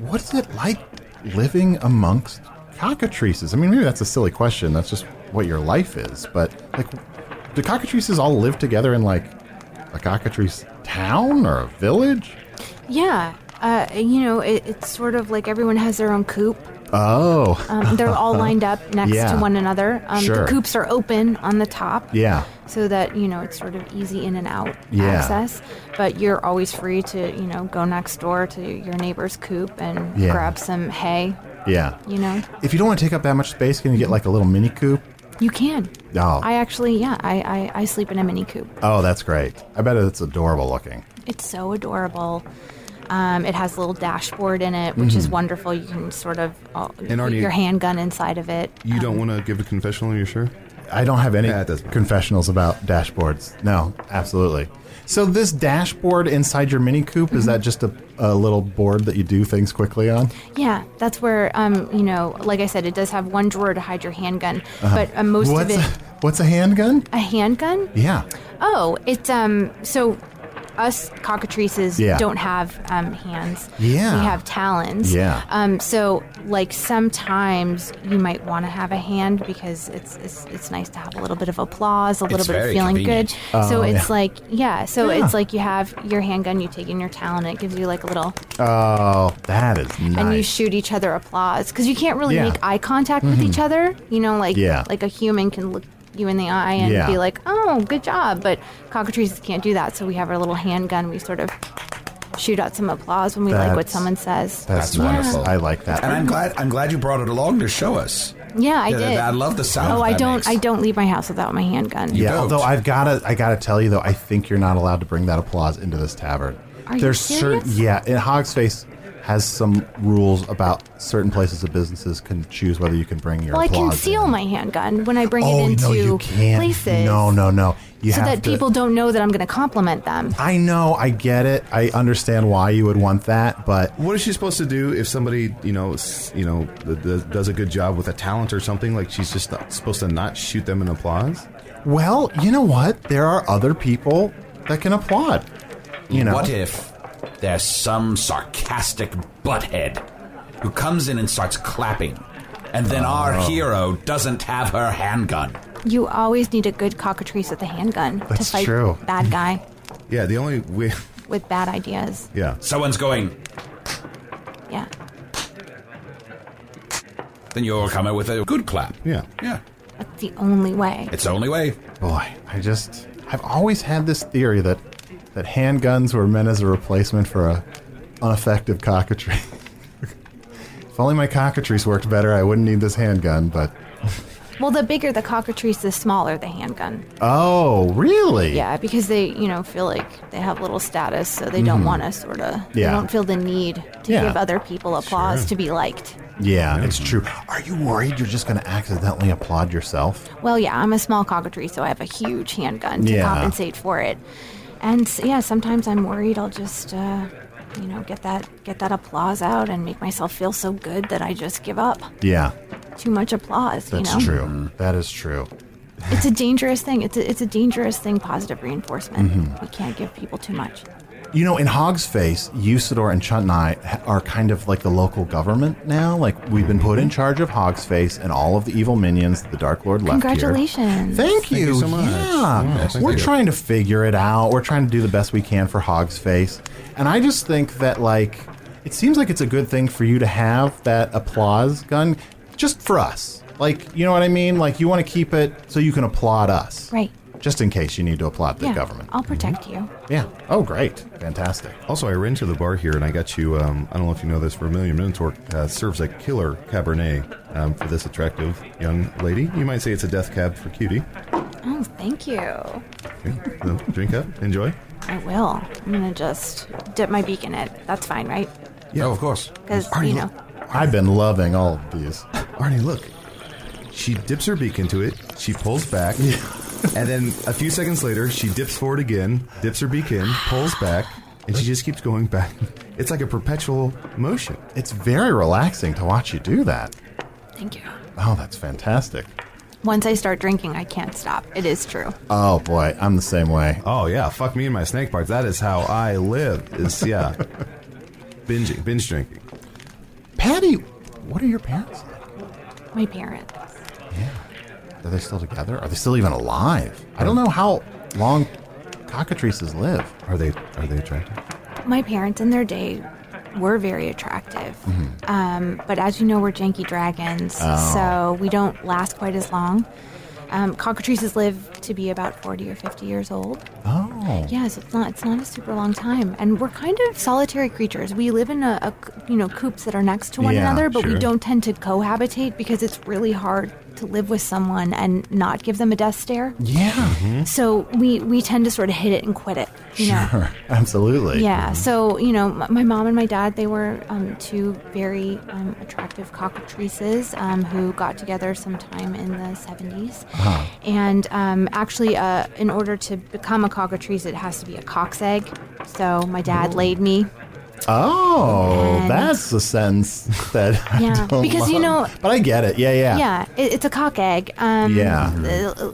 Speaker 3: what is it like living amongst cockatrices? I mean, maybe that's a silly question. That's just what your life is. But, like, do cockatrices all live together in, like, a cockatrice town or a village?
Speaker 7: Yeah. Uh, you know, it, it's sort of like everyone has their own coop.
Speaker 3: Oh,
Speaker 7: Um,
Speaker 3: *laughs*
Speaker 7: they're all lined up next
Speaker 3: Yeah.
Speaker 7: to one another. Um,
Speaker 3: Sure.
Speaker 7: The coops are open on the top.
Speaker 3: yeah.
Speaker 7: so that you know it's sort of easy in and out
Speaker 3: Yeah.
Speaker 7: access but you're always free to you know go next door to your neighbor's coop and
Speaker 3: Yeah.
Speaker 7: grab some hay
Speaker 3: Yeah.
Speaker 7: you know
Speaker 3: If you don't want to take up that much space, can you get, like, a little mini coop?
Speaker 7: you can
Speaker 3: Oh.
Speaker 7: i actually yeah I, I i sleep in a mini coop
Speaker 3: Oh, that's great. I bet it's adorable looking.
Speaker 7: it's so adorable um, it has a little dashboard in it which is wonderful you can sort of uh,
Speaker 5: Mm-hmm. And
Speaker 7: put
Speaker 5: Arnie-
Speaker 7: your handgun inside of it Um,
Speaker 5: You don't want to give a confessional, you're sure?
Speaker 3: I don't have any
Speaker 5: Yeah, it doesn't matter.
Speaker 3: confessionals about dashboards. No, absolutely. So this dashboard inside your Mini Coupe is
Speaker 7: Mm-hmm.
Speaker 3: that just a, a little board that you do things quickly on?
Speaker 7: Yeah, that's where um, you know, like I said, it does have one drawer to hide your handgun,
Speaker 5: Uh-huh.
Speaker 7: but uh, most
Speaker 3: What's
Speaker 7: of
Speaker 3: a,
Speaker 7: it,
Speaker 3: what's a handgun?
Speaker 7: a handgun.
Speaker 3: Yeah.
Speaker 7: Oh, it's um. So, us cockatrices
Speaker 3: Yeah.
Speaker 7: don't have um, hands.
Speaker 3: Yeah.
Speaker 7: we have talons.
Speaker 3: Yeah.
Speaker 7: Um. So, like sometimes you might want to have a hand because it's it's, it's nice to have a little bit of applause, a little
Speaker 4: It's
Speaker 7: bit of
Speaker 4: very
Speaker 7: feeling
Speaker 4: convenient.
Speaker 7: good. so it's
Speaker 3: Oh, yeah.
Speaker 7: like yeah. So
Speaker 3: Yeah.
Speaker 7: it's like you have your handgun, you take in your talon, it gives you like a little,
Speaker 3: Oh, that is nice.
Speaker 7: and you shoot each other applause because you can't really
Speaker 3: Yeah. Mm-hmm.
Speaker 7: make eye contact with each other. You know, like
Speaker 3: Yeah.
Speaker 7: like a human can look you in the eye and
Speaker 3: Yeah.
Speaker 7: be like, "Oh, good job," but cockatrices can't do that. So we have our little handgun. We sort of shoot out some applause when we like what
Speaker 3: That's-
Speaker 7: someone says.
Speaker 3: That's,
Speaker 4: That's
Speaker 3: nice.
Speaker 4: wonderful.
Speaker 3: I like that.
Speaker 4: And I'm glad I'm glad you brought it along to show us.
Speaker 7: Yeah, I
Speaker 4: Yeah,
Speaker 7: did.
Speaker 4: I love the sound
Speaker 7: Oh,
Speaker 4: that
Speaker 7: I
Speaker 4: that
Speaker 7: don't.
Speaker 4: makes.
Speaker 7: I don't leave my house without my handgun.
Speaker 3: yeah,
Speaker 4: don't.
Speaker 3: although I've gotta, I gotta tell you though, I think you're not allowed to bring that applause into this tavern.
Speaker 7: Are you
Speaker 3: certain,
Speaker 7: serious?
Speaker 3: yeah, and Hog's Face has some rules about certain places of businesses can choose whether you can bring your.
Speaker 7: Well, I
Speaker 3: applause
Speaker 7: conceal
Speaker 3: in.
Speaker 7: my handgun when I bring
Speaker 3: Oh
Speaker 7: it into
Speaker 3: no, you can't.
Speaker 7: places.
Speaker 3: No, no, no. You
Speaker 7: so
Speaker 3: have
Speaker 7: that
Speaker 3: to-
Speaker 7: people don't know that I'm going to compliment them.
Speaker 3: I know. I get it. I understand why you would want that, but
Speaker 5: What is she supposed to do if somebody, you know, s- you know, th- th- does a good job with a talent or something? Like she's just not supposed to not shoot them in applause.
Speaker 3: well, you know what? There are other people that can applaud. You know.
Speaker 4: What if there's some sarcastic butthead who comes in and starts clapping, and then our
Speaker 5: Oh.
Speaker 4: hero doesn't have her handgun?
Speaker 7: You always need a good cockatrice with a handgun to
Speaker 3: That's
Speaker 7: fight
Speaker 3: true.
Speaker 7: bad guy
Speaker 5: Yeah, the only way. *laughs*
Speaker 7: with bad ideas.
Speaker 5: Yeah,
Speaker 4: Someone's going,
Speaker 7: Yeah.
Speaker 4: then you'll come out with a good clap.
Speaker 5: yeah.
Speaker 4: Yeah.
Speaker 7: That's the only way.
Speaker 4: It's the only way.
Speaker 3: Boy, I just I've always had this theory that that handguns were meant as a replacement for a ineffective cockatrice. *laughs* if only my cockatrice worked better, I wouldn't need this handgun, but
Speaker 7: Well, the bigger the cockatrice, the smaller the handgun.
Speaker 3: Oh, really?
Speaker 7: Yeah, because they, you know, feel like they have little status, so they don't want to sort of. They
Speaker 3: Mm-hmm. Yeah.
Speaker 7: don't feel the need to
Speaker 3: Yeah.
Speaker 7: give other people applause to be liked.
Speaker 3: Yeah,
Speaker 4: Mm-hmm.
Speaker 3: it's true. Are you worried you're just going to accidentally applaud yourself?
Speaker 7: Well, yeah, I'm a small cockatrice, so I have a huge handgun to
Speaker 3: Yeah.
Speaker 7: compensate for it. And s- yeah, sometimes I'm worried I'll just, uh, you know, get that get that applause out and make myself feel so good that I just give up.
Speaker 3: Yeah,
Speaker 7: Too much applause,
Speaker 3: that's
Speaker 7: you know.
Speaker 3: true. That is true.
Speaker 7: It's a dangerous thing. It's a, it's a dangerous thing. Positive reinforcement.
Speaker 3: Mm-hmm.
Speaker 7: We can't give people too much.
Speaker 3: You know, in Hog's Face, Usador and Chutnai ha- are kind of like the local government now. Like, we've been
Speaker 7: Mm-hmm.
Speaker 3: put in charge of Hog's Face and all of the evil minions that the Dark Lord left
Speaker 7: Congratulations.
Speaker 3: here. Thank you.
Speaker 5: you so much.
Speaker 3: Yeah.
Speaker 5: Yeah, thank
Speaker 3: We're
Speaker 5: you.
Speaker 3: trying to figure it out. We're trying to do the best we can for Hog's Face. And I just think that, like, it seems like it's a good thing for you to have that applause gun just for us. Like, you know what I mean? Like, you want to keep it so you can applaud us.
Speaker 7: Right.
Speaker 3: Just in case you need to applaud the
Speaker 7: yeah,
Speaker 3: government. Mm-hmm.
Speaker 7: I'll protect you.
Speaker 3: Yeah. Oh, great. Fantastic.
Speaker 5: Also, I ran to the bar here and I got you. Um, I don't know if you know this. Vermilion Minotaur uh, serves a killer Cabernet um, for this attractive young lady. You might say it's a death cab for cutie.
Speaker 7: Oh, thank you.
Speaker 5: Okay, so drink up, enjoy.
Speaker 7: I will. I'm gonna just dip my beak in it. That's fine, right?
Speaker 4: Yeah, of course.
Speaker 7: Because you know.
Speaker 3: I've been loving all of these.
Speaker 5: Arnie, look. She dips her beak into it. She pulls back, and then a few seconds later, she dips forward again, dips her beak in, pulls back, and she just keeps going back. *laughs* It's like a perpetual motion.
Speaker 3: It's very relaxing to watch you do that.
Speaker 7: Thank you.
Speaker 3: Oh, that's fantastic.
Speaker 7: Once I start drinking, I can't stop. It is true.
Speaker 3: Oh, boy. I'm the same way.
Speaker 5: Oh yeah, fuck me and my snake parts. That is how I live. Is
Speaker 3: *laughs*
Speaker 5: yeah, binging, binge drinking.
Speaker 3: Patty, what are your parents like?
Speaker 7: My parents.
Speaker 3: Are they still together? Are they still even alive? I don't know how long cockatrices live.
Speaker 5: Are they are they attractive?
Speaker 7: My parents in their day were very attractive. Um, but as you know, we're janky dragons,
Speaker 3: Oh.
Speaker 7: so we don't last quite as long. Um, cockatrices live to be about 40 or 50 years old.
Speaker 3: Oh.
Speaker 7: Yeah, so it's not it's not a super long time, and we're kind of solitary creatures. We live in a, a c- you know coops that are next to one
Speaker 3: Yeah,
Speaker 7: another, but we
Speaker 5: sure.
Speaker 7: don't tend to cohabitate because it's really hard to live with someone and not give them a death stare.
Speaker 3: Yeah. Mm-hmm.
Speaker 7: So we we tend to sort of hit it and quit it. You know?
Speaker 3: Sure. Absolutely.
Speaker 7: Yeah. So you know, m- my mom and my dad they were um, two very um, attractive cockatrices um, who got together sometime in the 70s
Speaker 3: Uh-huh.
Speaker 7: And um, actually, uh, in order to become a cockatrice, it has to be a cock's egg. So my dad laid me.
Speaker 3: Oh,
Speaker 7: And-
Speaker 3: that's a sentence that I
Speaker 7: Yeah,
Speaker 3: don't
Speaker 7: because, you
Speaker 3: love.
Speaker 7: know-
Speaker 3: But I get it. Yeah, yeah.
Speaker 7: Yeah, it, it's a cock egg. Um,
Speaker 3: Yeah.
Speaker 7: uh, uh,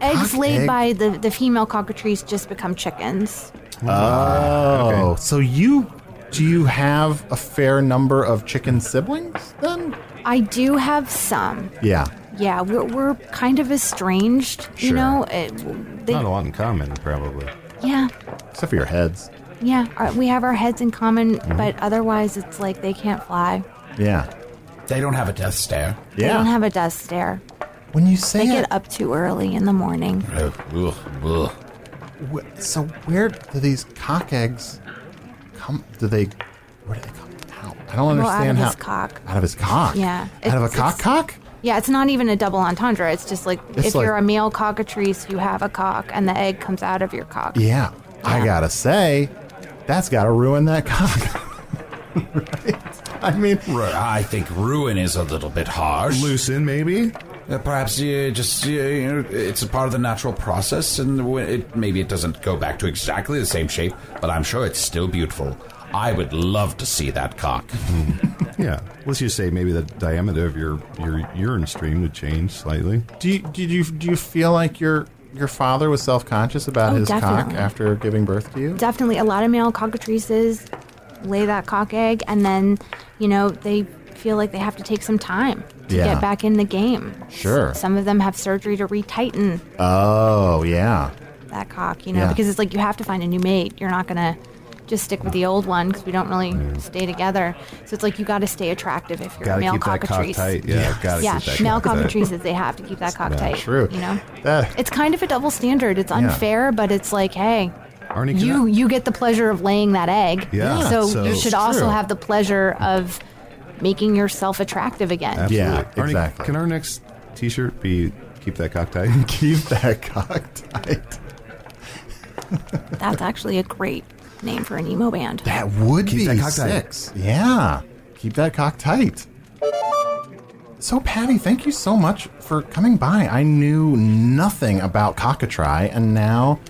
Speaker 7: eggs
Speaker 3: Cock
Speaker 7: laid
Speaker 3: egg?
Speaker 7: by the, the female cockatrice just become chickens.
Speaker 3: Oh, so you do you have a fair number of chicken siblings then?
Speaker 7: I do have some.
Speaker 3: Yeah.
Speaker 7: Yeah, we're, we're kind of estranged, you
Speaker 3: Sure.
Speaker 7: know. It, they,
Speaker 5: Not a lot in common, probably.
Speaker 7: yeah,
Speaker 3: Except for your heads.
Speaker 7: Yeah, our, we have our heads in common,
Speaker 3: Mm-hmm.
Speaker 7: but otherwise it's like they can't fly.
Speaker 3: Yeah.
Speaker 4: They don't have a death stare.
Speaker 7: They
Speaker 3: Yeah.
Speaker 7: don't have a death stare.
Speaker 3: when you say
Speaker 7: They
Speaker 3: it,
Speaker 7: get up too early in the morning.
Speaker 4: Uh, Ugh, ugh, ugh.
Speaker 3: wh- so where do these cock eggs How m- do they? Where do they come? How? I don't
Speaker 7: Well, out
Speaker 3: understand
Speaker 7: of
Speaker 3: how.
Speaker 7: his cock.
Speaker 3: Out of his cock.
Speaker 7: Yeah,
Speaker 3: Out of a
Speaker 7: it's-
Speaker 3: cock
Speaker 7: it's-
Speaker 3: cock.
Speaker 7: Yeah, it's not even a double entendre. It's just like
Speaker 3: It's
Speaker 7: if
Speaker 3: like-
Speaker 7: you're a male cockatrice, you have a cock, and the egg comes out of your cock.
Speaker 3: Yeah. I gotta say, that's gotta ruin that cock. right? I mean,
Speaker 4: Ru- I think ruin is a little bit harsh.
Speaker 5: Loosen, maybe?
Speaker 4: Uh, perhaps uh, just uh, you know, it's a part of the natural process, and w- it, maybe it doesn't go back to exactly the same shape, but I'm sure it's still beautiful. I would love to see that cock.
Speaker 5: Yeah. Let's just say maybe the diameter of your, your urine stream would change slightly.
Speaker 3: *laughs* do you, did you do you feel like your your father was self conscious about
Speaker 7: Oh,
Speaker 3: his cock
Speaker 7: definitely.
Speaker 3: after giving birth to you?
Speaker 7: Definitely, a lot of male cockatrices lay that cock egg, and then you know they feel like they have to take some time to
Speaker 3: Yeah.
Speaker 7: get back in the game.
Speaker 3: Sure.
Speaker 7: Some of them have surgery to retighten
Speaker 3: Oh yeah.
Speaker 7: that cock, you know,
Speaker 3: Yeah.
Speaker 7: because it's like you have to find a new mate. You're not gonna just stick with the old one because we don't really stay together. So it's like you got to stay attractive if you're a
Speaker 5: Gotta
Speaker 7: male
Speaker 5: keep that cock
Speaker 7: cockatrice.
Speaker 5: tight. Yeah, gotta
Speaker 7: yeah,
Speaker 5: keep that
Speaker 7: male
Speaker 5: cock tight.
Speaker 7: cockatrices they have to keep that cock tight.
Speaker 3: True.
Speaker 7: You know,
Speaker 3: That-
Speaker 7: it's kind of a double standard. It's unfair, but it's like, hey,
Speaker 5: Arnie, can
Speaker 7: you
Speaker 5: I-
Speaker 7: you get the pleasure of laying that egg.
Speaker 5: Yeah,
Speaker 7: So,
Speaker 5: so-
Speaker 7: you
Speaker 5: It's
Speaker 7: should also
Speaker 3: true.
Speaker 7: have the pleasure of making yourself attractive again.
Speaker 5: Absolutely.
Speaker 3: Yeah,
Speaker 5: Arnie,
Speaker 3: exactly. *laughs*
Speaker 5: Can our next t shirt be keep that cock tight?
Speaker 3: Keep that cock tight.
Speaker 7: That's actually a great name for an emo band.
Speaker 5: *laughs*
Speaker 3: That would
Speaker 5: Keep
Speaker 3: be
Speaker 5: that cock tight.
Speaker 3: six. Yeah. Keep that cock tight. So, Patty, thank you so much for coming by. I knew nothing about cockatry, and now,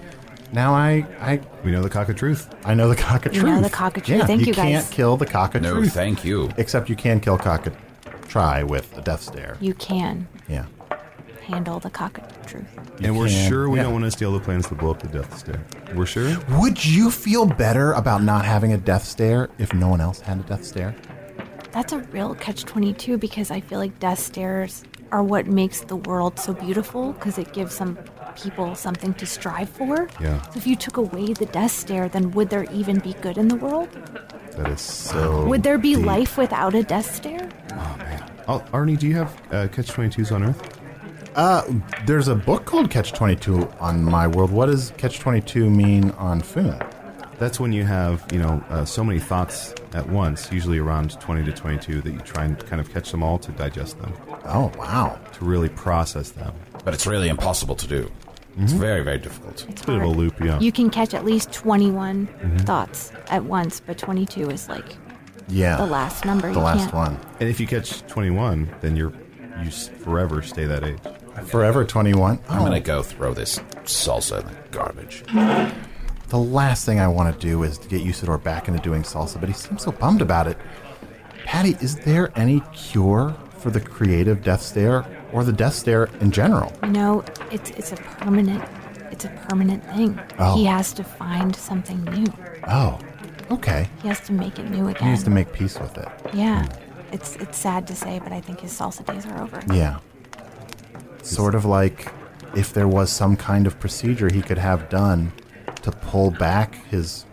Speaker 3: now I, I,
Speaker 5: we know the cock of truth.
Speaker 3: I know the cockatruth.
Speaker 7: You know the cockatruth.
Speaker 3: Yeah,
Speaker 7: Thank you, guys.
Speaker 3: can't kill the
Speaker 4: *laughs*
Speaker 3: cockatruth.
Speaker 4: No, thank you.
Speaker 3: Except you can kill cockatry with a death stare.
Speaker 7: You can
Speaker 3: Yeah.
Speaker 7: handle the cockatruth.
Speaker 5: and we're
Speaker 3: can,
Speaker 5: sure we
Speaker 3: yeah.
Speaker 5: don't want to steal the plans to blow up the Death Star. We're sure?
Speaker 3: Would you feel better about not having a death stare if no one else had a death stare?
Speaker 7: That's a real catch 22 because I feel like death stares are what makes the world so beautiful because it gives some people something to strive for.
Speaker 5: Yeah.
Speaker 7: So if you took away the death stare, then would there even be good in the world?
Speaker 3: That is so.
Speaker 7: Would there be life without a death stare?
Speaker 5: Oh, Arnie, do you have uh, Catch 22s on Earth?
Speaker 3: Uh, There's a book called Catch 22 on my world. What does Catch 22 mean on Foon?
Speaker 5: That's when you have, you know, uh, so many thoughts at once, usually around 20 to 22, that you try and kind of catch them all to digest them,
Speaker 3: Oh, wow.
Speaker 5: to really process them.
Speaker 4: But it's really impossible to do. It's
Speaker 5: Mm-hmm.
Speaker 4: very, very difficult.
Speaker 5: It's a bit of a loop, yeah.
Speaker 7: You can catch at least 21
Speaker 3: Mm-hmm.
Speaker 7: thoughts at once, but 22 is like
Speaker 3: Yeah.
Speaker 7: the last number.
Speaker 3: The
Speaker 7: you
Speaker 3: last
Speaker 7: can't-
Speaker 3: one.
Speaker 5: and if you catch 21, then you're you s- forever stay that age.
Speaker 3: Forever 21.
Speaker 4: I'm
Speaker 3: Oh,
Speaker 4: gonna go throw this salsa in the garbage.
Speaker 3: The last thing I want to do is to get Usador back into doing salsa, but he seems so bummed about it. Patty, is there any cure for the creative death stare or the death stare in general?
Speaker 7: You know, it's, it's a permanent. It's a permanent thing.
Speaker 3: Oh.
Speaker 7: He has to find something new.
Speaker 3: Oh, okay.
Speaker 7: He has to make it new
Speaker 3: He
Speaker 7: again.
Speaker 3: needs to make peace with it.
Speaker 7: Yeah. It's it's sad to say, but I think his salsa days are over.
Speaker 3: Yeah. Sort of like if there was some kind of procedure he could have done to pull back his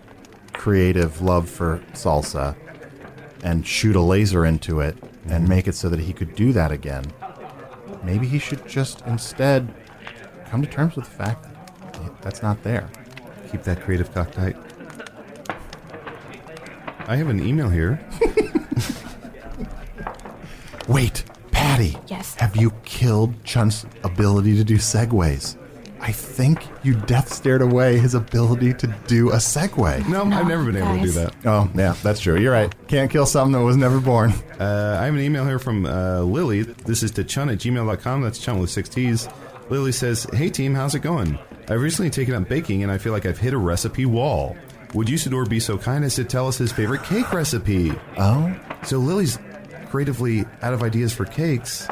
Speaker 3: creative love for salsa and shoot a laser into it and make it so that he could do that again. Maybe he should just instead come to terms with the fact that that's not there.
Speaker 5: Keep that creative cock tight. I have an email here.
Speaker 3: Wait, Patty.
Speaker 7: Yes.
Speaker 3: Have you killed Chunt's ability to do segues? I think you death stared away his ability to do a segue.
Speaker 5: No, I've never been able to do
Speaker 7: guys.
Speaker 5: that.
Speaker 3: Oh, yeah, that's true. You're right. Can't kill something that was never born.
Speaker 5: Uh, I have an email here from uh, Lily. This is to chun at gmail.com. That's chun with six T's. Lily says, Hey team, how's it going? I've recently taken up baking and I feel like I've hit a recipe wall. Would Usador be so kind as to tell us his favorite cake recipe?
Speaker 3: Oh?
Speaker 5: So Lily's creatively out of ideas for cakes.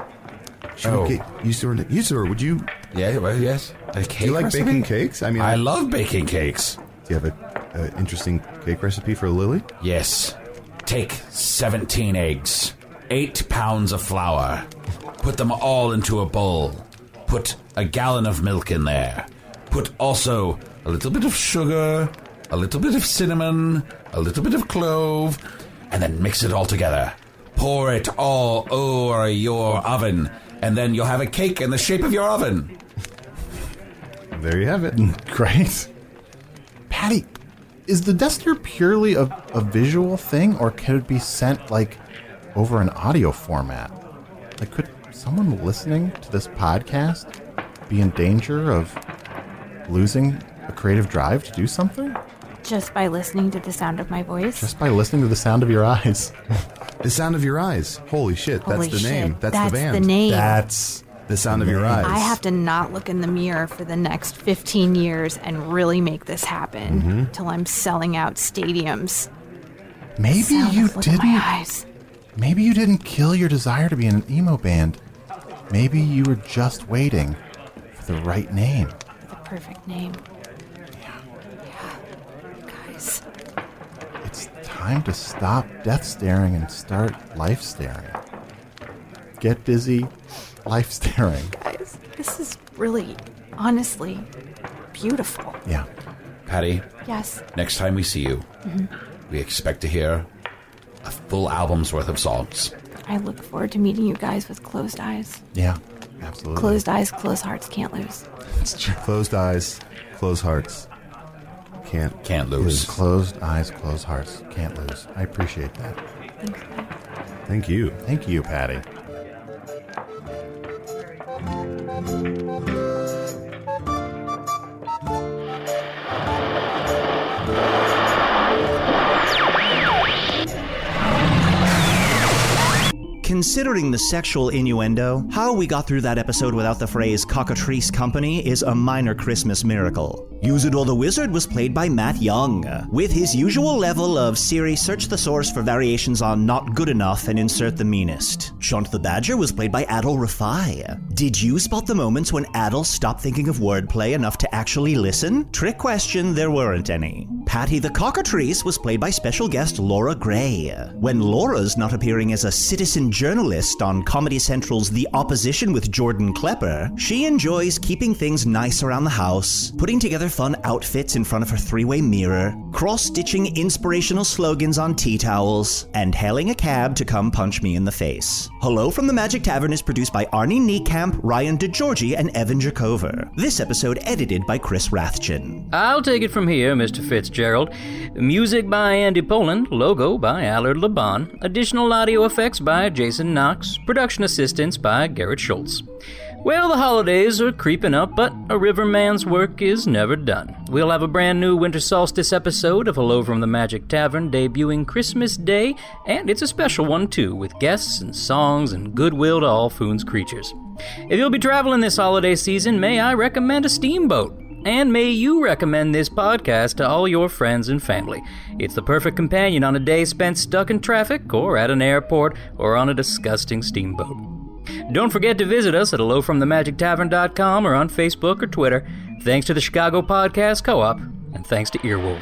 Speaker 5: Should
Speaker 4: Oh.
Speaker 5: we get Usador, Usador, would you
Speaker 4: Yeah, well, yes. A cake
Speaker 5: do you like
Speaker 4: recipe?
Speaker 5: baking cakes? I mean,
Speaker 4: I
Speaker 5: do
Speaker 4: love baking cakes.
Speaker 5: you have an interesting cake recipe for Lily?
Speaker 4: Yes. Take 17 eggs, 8 pounds of flour, put them all into a bowl, put a gallon of milk in there, put also a little bit of sugar, a little bit of cinnamon, a little bit of clove, and then mix it all together. Pour it all over your oven, and then you'll have a cake in the shape of your oven.
Speaker 5: There you have it.
Speaker 3: Great. Patty, is the Dester purely a, a visual thing, or could it be sent like over an audio format? Like, could someone listening to this podcast be in danger of losing a creative drive to do something
Speaker 7: Just by listening to the sound of my voice.
Speaker 3: just by listening to the sound of your eyes?
Speaker 5: The Sound of Your Eyes. Holy shit,
Speaker 7: Holy
Speaker 5: that's the
Speaker 7: shit,
Speaker 5: name. That's, the band.
Speaker 7: name.
Speaker 3: That's
Speaker 5: The Sound of Your Eyes.
Speaker 7: I have to not look in the mirror for the next 15 years and really make this happen
Speaker 5: Mm-hmm.
Speaker 7: till I'm selling out stadiums.
Speaker 3: maybe
Speaker 7: Sound
Speaker 3: you
Speaker 7: of look in
Speaker 3: didn't.
Speaker 7: my eyes.
Speaker 3: Maybe you didn't kill your desire to be in an emo band. Maybe you were just waiting for the right name.
Speaker 7: The perfect name. Yeah. Guys,
Speaker 3: It's time to stop death staring and start life staring. Get busy life staring.
Speaker 7: guys, this is really, honestly, beautiful.
Speaker 3: Yeah.
Speaker 4: Patty,
Speaker 7: Yes.
Speaker 4: next time we see you, we expect to hear a full album's worth of songs.
Speaker 7: I look forward to meeting you guys with closed eyes.
Speaker 3: Yeah. Absolutely.
Speaker 7: Closed eyes, closed hearts can't lose.
Speaker 3: It's true.
Speaker 5: Closed eyes, closed hearts. Can't.
Speaker 4: Can't
Speaker 3: Lose.
Speaker 4: lose.
Speaker 3: Closed eyes, closed hearts. Can't lose. I appreciate that.
Speaker 5: Thank you.
Speaker 3: Thank you, Patty.
Speaker 2: Considering the sexual innuendo, how we got through that episode without the phrase cockatrice company is a minor Christmas miracle. Usador the Wizard was played by Matt Young. With his usual level of Siri search the source for variations on not good enough and insert the meanest. Shunt the Badger was played by Adol Rafai. Did you spot the moments when Adol stopped thinking of wordplay enough to actually listen? Trick question, there weren't any. Patty the Cockatrice was played by special guest Laura Gray. When Laura's not appearing as a citizen journalist on Comedy Central's The Opposition with Jordan Klepper, she enjoys keeping things nice around the house, putting together fun outfits in front of her three way mirror, cross stitching inspirational slogans on tea towels, and hailing a cab to come punch me in the face. Hello from the Magic Tavern is produced by Arnie Niekamp, Ryan DeGiorgi, and Evan Jacover. This episode edited by Chris Rathjen.
Speaker 8: I'll take it from here, Mr. Fitzgerald. Music by Andy Poland, logo by Allard Laban, additional audio effects by Jason Knox, production assistance by Garrett Schultz. Well, the holidays are creeping up, but a riverman's work is never done. We'll have a brand new winter solstice episode of Hello from the Magic Tavern debuting Christmas Day, and it's a special one too, with guests and songs and goodwill to all Foon's creatures. If you'll be traveling this holiday season, may I recommend a steamboat? And may you recommend this podcast to all your friends and family. It's the perfect companion on a day spent stuck in traffic, or at an airport, or on a disgusting steamboat. Don't forget to visit us at hellofromthemagictavern.com or on Facebook or Twitter. Thanks to the Chicago Podcast Co op, and thanks to Earwolf.